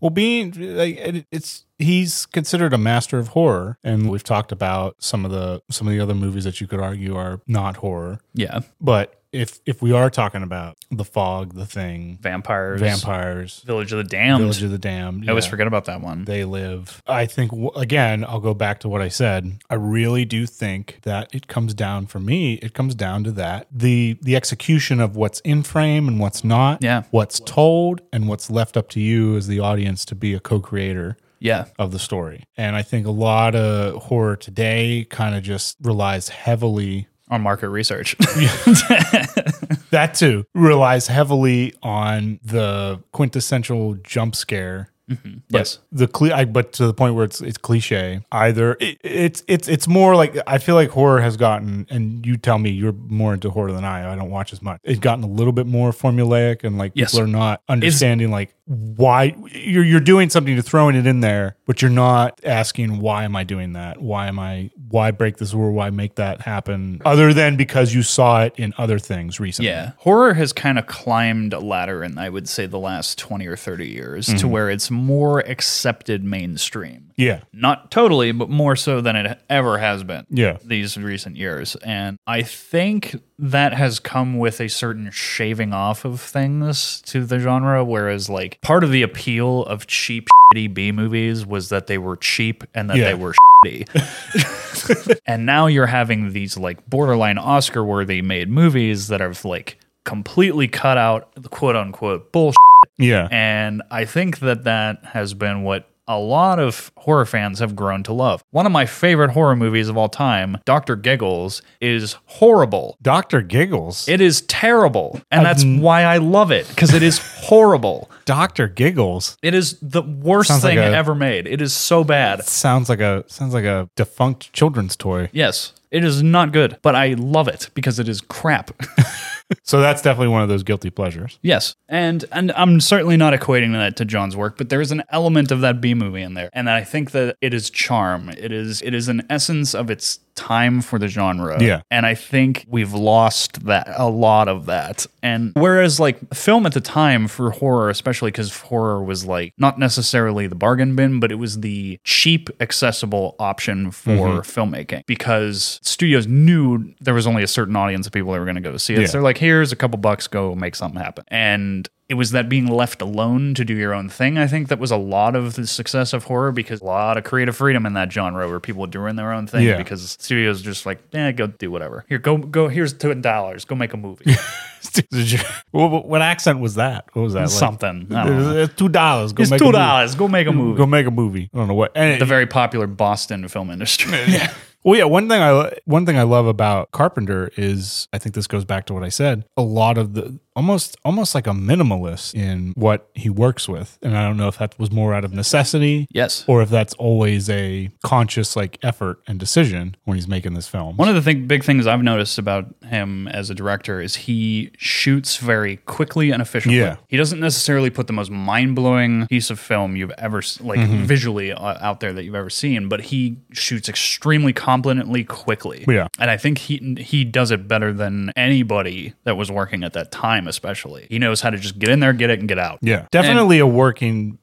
A: Well, being like it- it's he's considered a master of horror, and we've talked about some of the some of the other movies that you could argue are not horror.
B: yeah,
A: But if if we are talking about the fog, the thing,
B: vampires,
A: vampires,
B: Village of the Damned.
A: Village of the Damned,
B: I always
A: yeah,
B: forget about that one.
A: They live. I think w- again. I'll go back to what I said. I really do think that it comes down for me. It comes down to that the the execution of what's in frame and what's not.
B: Yeah.
A: What's told and what's left up to you as the audience to be a co-creator
B: yeah,
A: of the story. And I think a lot of horror today kind of just relies heavily
B: on market research.
A: that too relies heavily on the quintessential jump scare.
B: yes.
A: The cle- I, but to the point where it's it's cliche. Either it, it's it's it's more like I feel like horror has gotten, and you tell me you're more into horror than I. I don't watch as much. It's gotten a little bit more formulaic, and like
B: Yes.
A: people are not understanding like why you're you're doing something, you're throwing it in there, but you're not asking why am I doing that? Why am I? Why break this rule? Why make that happen? Other than because you saw it in other things recently.
B: Yeah. Horror has kind of climbed a ladder in, I would say, the last 20 or 30 years to where it's more accepted mainstream.
A: Yeah.
B: Not totally, but more so than it ever has been.
A: Yeah.
B: These recent years. And I think that has come with a certain shaving off of things to the genre. Whereas, like, part of the appeal of cheap, shitty B movies was that they were cheap and that
A: Yeah.
B: they were shitty. and now you're having these like borderline Oscar worthy made movies that have like completely cut out the quote unquote bullshit.
A: Yeah.
B: And I think that that has been what a lot of horror fans have grown to love. One of my favorite horror movies of all time, Dr. Giggles, is horrible.
A: Dr. Giggles.
B: It is terrible. And that's why I love it because it is horrible.
A: Dr. Giggles.
B: It is the worst
A: Sounds like
B: thing
A: a-
B: ever made. It is so bad.
A: Sounds like a sounds like a defunct children's toy.
B: Yes, it is not good, but I love it because it is crap.
A: So that's definitely one of those guilty pleasures.
B: yes. And and I'm certainly not equating that to John's work, but there is an element of that B movie in there. And I think that it is charm. It is it is an essence of its time for the genre.
A: Yeah.
B: And I think we've lost that a lot of that. And whereas like film at the time for horror, especially because horror was like not necessarily the bargain bin, but it was the cheap, accessible option for
A: Mm-hmm.
B: filmmaking because studios knew there was only a certain audience of people that were going to go see it.
A: Yeah.
B: So they're like, here's a couple bucks, go make something happen. And it was that being left alone to do your own thing, I think, that was a lot of the success of horror because a lot of creative freedom in that genre where people were doing their own thing
A: Yeah.
B: because studios just like, eh, go do whatever. Here, go, go, here's two dollars, go make a movie.
A: Did you- what, what- what accent was that? What was that? Like,
B: Something. I don't know.
A: It's two dollars. Go
B: It's
A: make a
B: two
A: movie.
B: dollars, go make a movie.
A: Go make a movie. I don't know what. And
B: the very popular Boston film industry. yeah.
A: Well, yeah, one thing I one thing I love about Carpenter is I think this goes back to what I said. A lot of the almost almost like a minimalist in what he works with, and I don't know if that was more out of necessity,
B: Yes.
A: or if that's always a conscious like effort and decision when he's making this film.
B: One of the thing, big things I've noticed about him as a director is he shoots very quickly and efficiently.
A: Yeah.
B: He doesn't necessarily put the most mind blowing piece of film you've ever, s- like
A: Mm-hmm.
B: visually uh, out there that you've ever seen, but he shoots extremely competently quickly.
A: Yeah.
B: And I think he he does it better than anybody that was working at that time, especially. He knows how to just get in there, get it, and get out.
A: yeah, definitely a working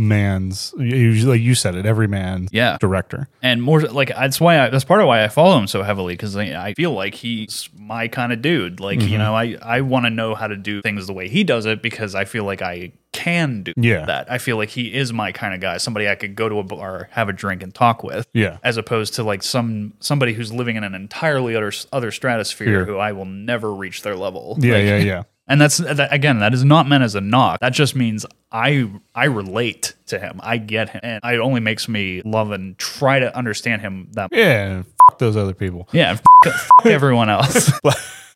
A: man's. Usually, you said it, every man's
B: Yeah.
A: director.
B: and more like that's why I, that's part of why I follow him so heavily because I, I feel like he's my kind of dude. Like
A: Mm-hmm.
B: you know, I I want to know how to do things the way he does it because I feel like I can do
A: Yeah.
B: that. I feel like he is my kind of guy, somebody I could go to a bar, have a drink, and talk with.
A: Yeah.
B: as opposed to like some somebody who's living in an entirely other other stratosphere who I will never reach their level.
A: Yeah,
B: Like,
A: yeah, yeah.
B: and that's that, again, that is not meant as a knock. That just means I I relate to him. I get him, and it only makes me love and try to understand him. That
A: Yeah, and f- those other people.
B: yeah, f- f- everyone else.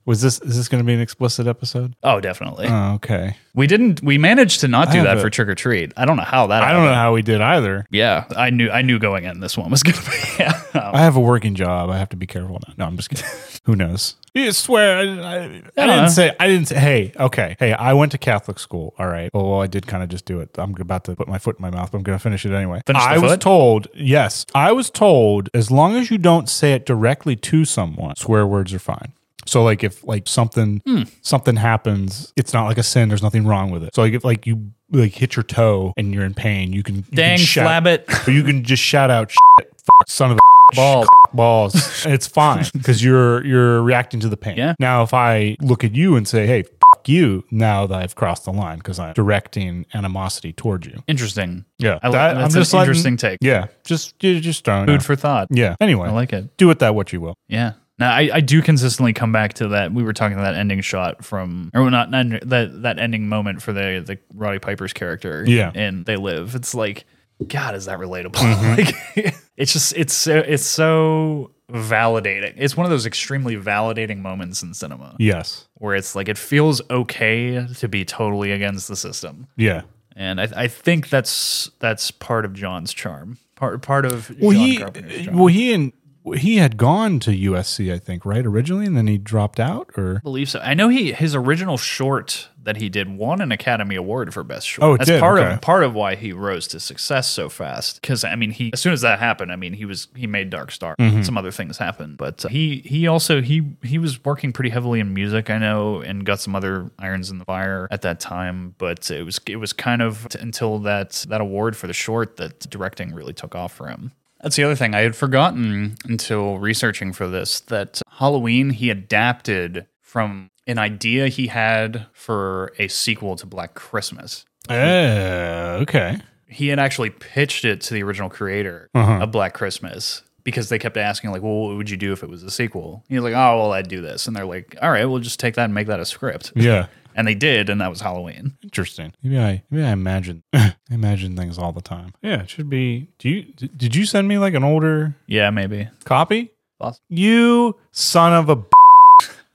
A: Was this is this going to be an explicit episode?
B: Oh, definitely.
A: Oh, okay.
B: we didn't. We managed to not do
A: have
B: that
A: a-
B: for trick or treat. I don't know how that.
A: I don't know how we did either.
B: Yeah, I knew. I knew going in this one was gonna be. Yeah.
A: I have a working job. I have to be careful now. No, I'm just kidding. Who knows? You swear I, I, I
B: know.
A: didn't say I didn't say. Hey, okay, hey, I went to Catholic school. All right. Well, well I did kind of just do it. I'm about to put my foot in my mouth, but I'm going to finish it anyway.
B: Finish the
A: I was
B: foot?
A: told, yes, I was told as long as you don't say it directly to someone, swear words are fine. So like if like something something happens, it's not like a sin. There's nothing wrong with it. So like if like you like hit your toe and you're in pain, you can you can
B: Dang,
A: shout-
B: flabbit
A: or you can just shout out shit, fuck, son of a
B: balls.
A: balls. it's fine because you're you're reacting to the pain.
B: Yeah.
A: Now, if I look at you and say, "Hey, fuck you," now that I've crossed the line because I'm directing animosity toward you.
B: Interesting.
A: Yeah,
B: I, li-
A: That-
B: that's
A: I'm
B: an
A: just letting-
B: interesting take.
A: Yeah, just you just throwing
B: Food
A: out.
B: for thought.
A: yeah. Anyway,
B: I like it.
A: do with that what you will.
B: Yeah. Now I, I do consistently come back to that. We were talking about that ending shot from, or not not end- that that ending moment for the the Roddy Piper's character.
A: Yeah.
B: and they live. It's like, God, is that relatable?
A: Mm-hmm.
B: Like, it's just it's so it's so validating. It's one of those extremely validating moments in cinema
A: Yes.
B: where it's like it feels okay to be totally against the system,
A: Yeah.
B: and I, I think that's that's part of John's charm. Part part of
A: Well,
B: John
A: he
B: Carpenter's charm.
A: well he and he had gone to USC, I think, right originally, and then he dropped out, or
B: believe so. I know he his original short that he did won an Academy Award for best short.
A: Oh, it
B: That's
A: did?
B: part
A: Okay.
B: of part of why he rose to success so fast. Because I mean, he as soon as that happened, I mean, he was he made Dark Star. Some other things happened, but uh, he he also he he was working pretty heavily in music. I know, and got some other irons in the fire at that time. But it was it was kind of t- until that that award for the short that directing really took off for him. That's the other thing I had forgotten until researching for this that Halloween he adapted from an idea he had for a sequel to Black Christmas.
A: Eh, okay,
B: He had actually pitched it to the original creator
A: Uh-huh.
B: of Black Christmas because they kept asking like, "Well, what would you do if it was a sequel?" He's like, "Oh, well, I'd do this," and they're like, "All right, we'll just take that and make that a script."
A: yeah,
B: and they did, and that was Halloween.
A: Interesting. Maybe I maybe I imagine I imagine things all the time. Yeah, it should be. Do you d- did you send me like an older
B: Yeah, maybe.
A: copy?
B: Poss-
A: You son of a. B-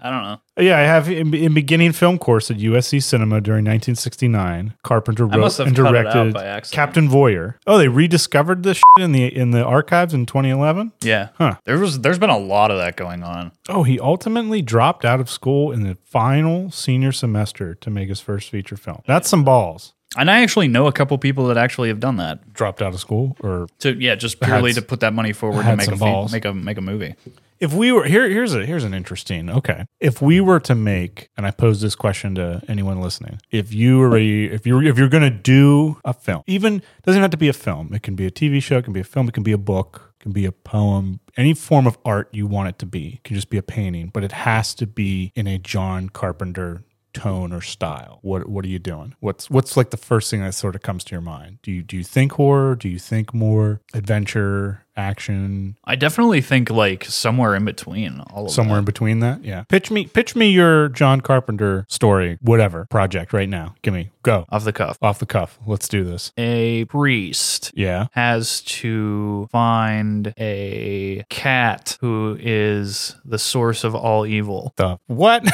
B: I don't know.
A: yeah, I have in, in beginning film course at USC Cinema during 1969. Carpenter
B: I
A: wrote
B: must have
A: and
B: cut it out
A: directed
B: by accident.
A: Captain Voyeur. Oh, they rediscovered this shit in the in the archives in 2011.
B: Yeah,
A: Huh.
B: there was there's been a lot of that going on.
A: Oh, he ultimately dropped out of school in the final senior semester to make his first feature film. That's some balls.
B: And I actually know a couple people that actually have done that.
A: Dropped out of school or
B: To yeah, just purely
A: Had
B: to put that money forward to
A: had
B: make a
A: some
B: fe-
A: balls.
B: make a make a movie.
A: If we were here, here's a here's an interesting. Okay, if we were to make, and I pose this question to anyone listening, if you were a, if you are if you're gonna do a film, even doesn't have to be a film. It can be a TV show, it can be a film, it can be a book, it can be a poem, any form of art you want it to be. It can just be a painting, but it has to be in a John Carpenter tone or style. What what are you doing? What's what's like the first thing that sort of comes to your mind? Do you do you think horror? Do you think more adventure, action,
B: I definitely think like somewhere in between all of
A: somewhere in between that. Yeah. Pitch me pitch me your John Carpenter story, whatever project right now. Give me go
B: that. off the cuff.
A: off the cuff. Let's do this.
B: A priest
A: Yeah.
B: has to find a cat who is the source of all evil.
A: The what?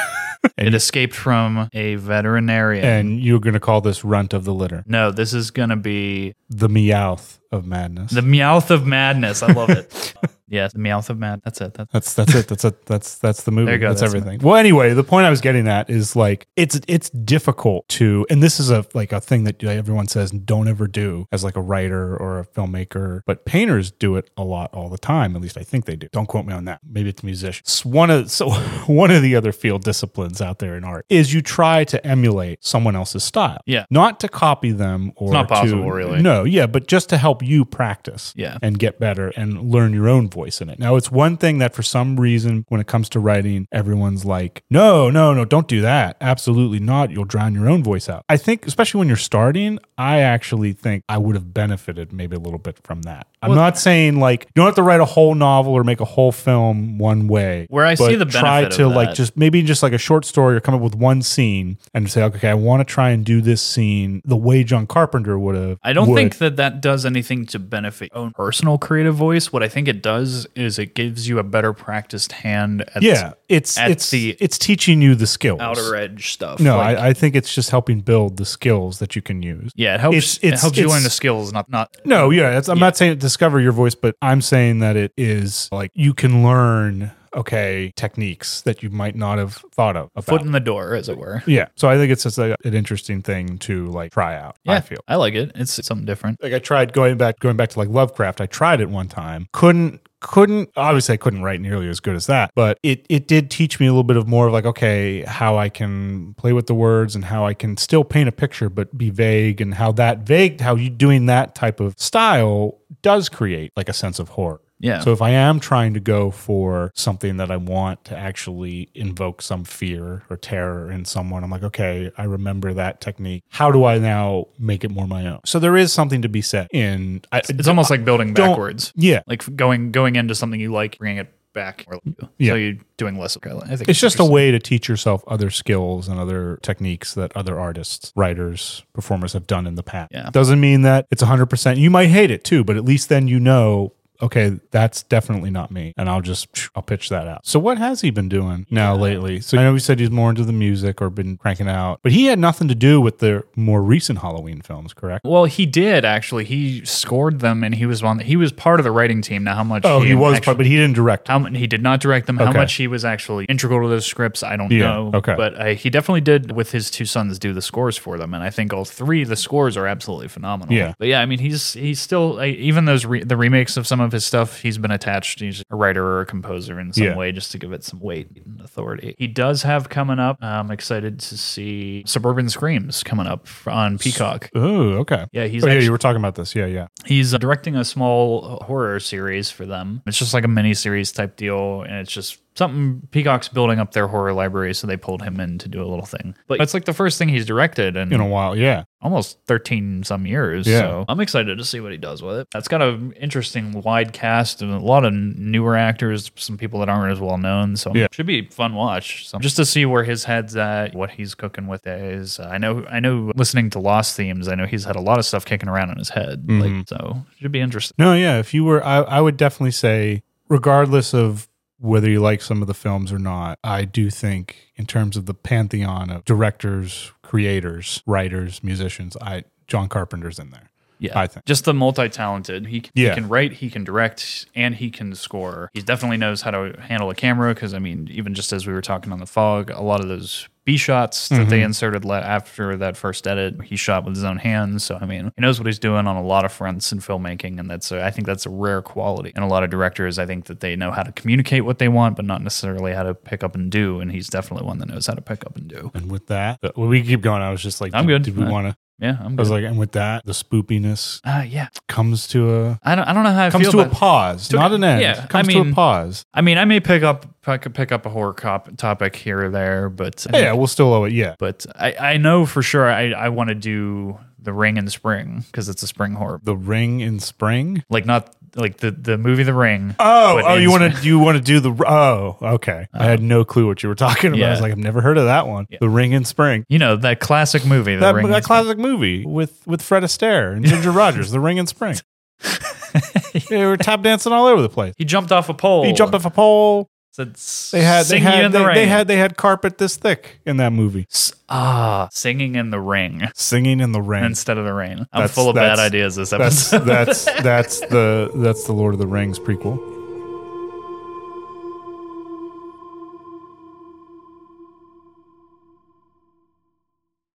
B: It escaped from a veterinarian.
A: and you're gonna call this runt of the litter
B: no, this is going to be
A: the meowth of madness.
B: the meowth of madness. I love it. yes, the meowth of mad. That's it. That's
A: that's that's it. That's it. That's that's the movie.
B: There you go.
A: That's,
B: That's
A: everything. Well, anyway, the point I was getting at is like it's it's difficult to, and this is a like a thing that everyone says don't ever do as like a writer or a filmmaker, but painters do it a lot all the time. At least I think they do. Don't quote me on that. Maybe it's musicians. It's one of so one of the other field disciplines out there in art is you try to emulate someone else's style.
B: Yeah.
A: not to copy them or
B: not
A: to-
B: possible, really.
A: No, yeah, but just to help you practice
B: Yeah.
A: and get better and learn your own voice in it. Now, it's one thing that for some reason, when it comes to writing, everyone's like, no, no, no, don't do that. Absolutely not. You'll drown your own voice out. I think, especially when you're starting, I actually think I would have benefited maybe a little bit from that. I'm not saying like you don't have to write a whole novel or make a whole film one way.
B: Where I
A: but
B: see the
A: try
B: benefit
A: to
B: of
A: like
B: that.
A: just maybe just like a short story or come up with one scene and say, okay, I want to try and do this scene the way John Carpenter would have.
B: I don't
A: would.
B: think that that does anything to benefit your own personal creative voice. What I think it does is it gives you a better practiced hand at
A: Yeah, it's
B: at
A: it's
B: the-
A: it's teaching you the skills.
B: outer edge stuff.
A: no,
B: Like,
A: I, I think it's just helping build the skills that you can use.
B: yeah, it helps.
A: it's-
B: it
A: it's-
B: helps you
A: it's-
B: learn the skills, not not.
A: No, yeah, it's, I'm not saying it discover your voice, but I'm saying that it is like you can learn okay techniques that you might not have thought of.
B: Foot
A: About.
B: in the door, as it were.
A: yeah, so I think it's just like an interesting thing to like try out. I feel.
B: I like it. It's something different.
A: like I tried going back going back to like Lovecraft. I tried it one time. Couldn't couldn't obviously I couldn't write nearly as good as that, but it it did teach me a little bit of more of like okay, how I can play with the words and how I can still paint a picture but be vague and how that vague how you doing that type of style does create like a sense of horror.
B: Yeah.
A: So if I am trying to go for something that I want to actually invoke some fear or terror in someone, I'm like, okay, I remember that technique. How do I now make it more my own? So there is something to be said in. I,
B: it's almost like building backwards,
A: yeah.
B: like going going into something you like, bringing it back. Or,
A: Yeah.
B: So you're doing less. of- I think
A: It's just a
B: interesting.
A: way to teach yourself other skills and other techniques that other artists, writers, performers have done in the past.
B: Yeah.
A: Doesn't mean that it's 100%. You might hate it too, but at least then you know, okay, that's definitely not me. And I'll just, I'll pitch that out. So what has he been doing now lately? So I know he said he's more into the music or been cranking out, but he had nothing to do with the more recent Halloween films, correct?
B: Well, he did actually. He scored them, and he was on. He was part of the writing team. Now, how much?
A: Oh, he was,
B: actually-
A: part, but he didn't direct.
B: how much he did not direct them, how
A: Okay.
B: much he was actually integral to those scripts, I don't
A: Yeah,
B: know.
A: okay.
B: But uh, he definitely did, with his two sons, do the scores for them. And I think all three of the scores are absolutely phenomenal.
A: Yeah.
B: But yeah, I mean, he's he's still, I, even those re- the remakes of some of his stuff, he's been attached. He's a writer or a composer in some
A: Yeah.
B: way just to give it some weight and authority. He does have coming up, I'm excited to see Suburban Screams coming up on Peacock.
A: Oh, okay.
B: Yeah, he's
A: Oh, yeah,
B: actually-
A: you were talking about this. Yeah, yeah.
B: He's uh, directing a small uh, horror series for them. It's just like a mini series type deal, and it's just something Peacock's building up their horror library, so they pulled him in to do a little thing. But it's like the first thing he's directed in
A: In a while. Yeah.
B: almost 13 some years.
A: Yeah.
B: So I'm excited to see what he does with it. That's got an interesting wide cast and a lot of newer actors, some people that aren't as well known. So
A: Yeah.
B: it should be fun watch. So just to see where his head's at, what he's cooking with is. uh, I know, I know. Listening to Lost themes, I know he's had a lot of stuff kicking around in his head.
A: Mm-hmm.
B: Like, so should be interesting.
A: No, yeah. If you were, I, I would definitely say, regardless of whether you like some of the films or not, I do think, in terms of the pantheon of directors, creators, writers, musicians, I John Carpenter's in there.
B: Yeah,
A: I think.
B: just the multi-talented. He, he
A: Yeah.
B: can write, he can direct, and he can score. He definitely knows how to handle a camera because I mean, even just as we were talking on the fog, a lot of those B shots that
A: Mm-hmm.
B: they inserted le- after that first edit, he shot with his own hands. So I mean, he knows what he's doing on a lot of fronts in filmmaking, and that's a, I think that's a rare quality. And a lot of directors, I think that they know how to communicate what they want, but not necessarily how to pick up and do. And he's definitely one that knows how to pick up and do.
A: And with that, but when we keep going. I was just like,
B: I'm
A: did-
B: good.
A: Did we
B: I-
A: want to?
B: Yeah, I'm
A: I was
B: good.
A: like, and with that, the spoopiness
B: Ah, yeah.
A: comes to a
B: I don't, I don't know how I
A: comes
B: feel
A: to a
B: about-
A: pause,
B: to-
A: not an end.
B: yeah, I
A: comes to a
B: mean-
A: pause.
B: I mean, I may pick up pick, pick up a horror cop topic here or there, but
A: Yeah, we'll still owe it. Yeah,
B: but I, I know for sure I, I want to do the Ring in spring because it's a spring horror,
A: The Ring in Spring.
B: like not like the the movie The Ring.
A: Oh,
B: But
A: oh, you
B: in-
A: want to you want to do the oh, okay. I had no clue what you were talking about. I was
B: Uh-huh.
A: like,
B: Yeah.
A: I've never heard of that one. The Ring in Spring.
B: You know that classic movie, The
A: That,
B: Ring.
A: that
B: in Spring.
A: classic movie with with Fred Astaire and Ginger Rogers, The Ring in Spring. they were tap dancing all over the place.
B: he jumped off a pole.
A: He jumped off a pole.
B: Said,
A: They had they
B: "Sing You
A: had
B: in
A: they,
B: the
A: they
B: rain."
A: had they had carpet this thick in that movie.
B: S- ah singing in the ring
A: Singing in the rain.
B: instead of the rain. I'm
A: That's-
B: full of bad
A: that's-
B: ideas this
A: That's
B: episode.
A: that's that's the that's the Lord of the Rings prequel.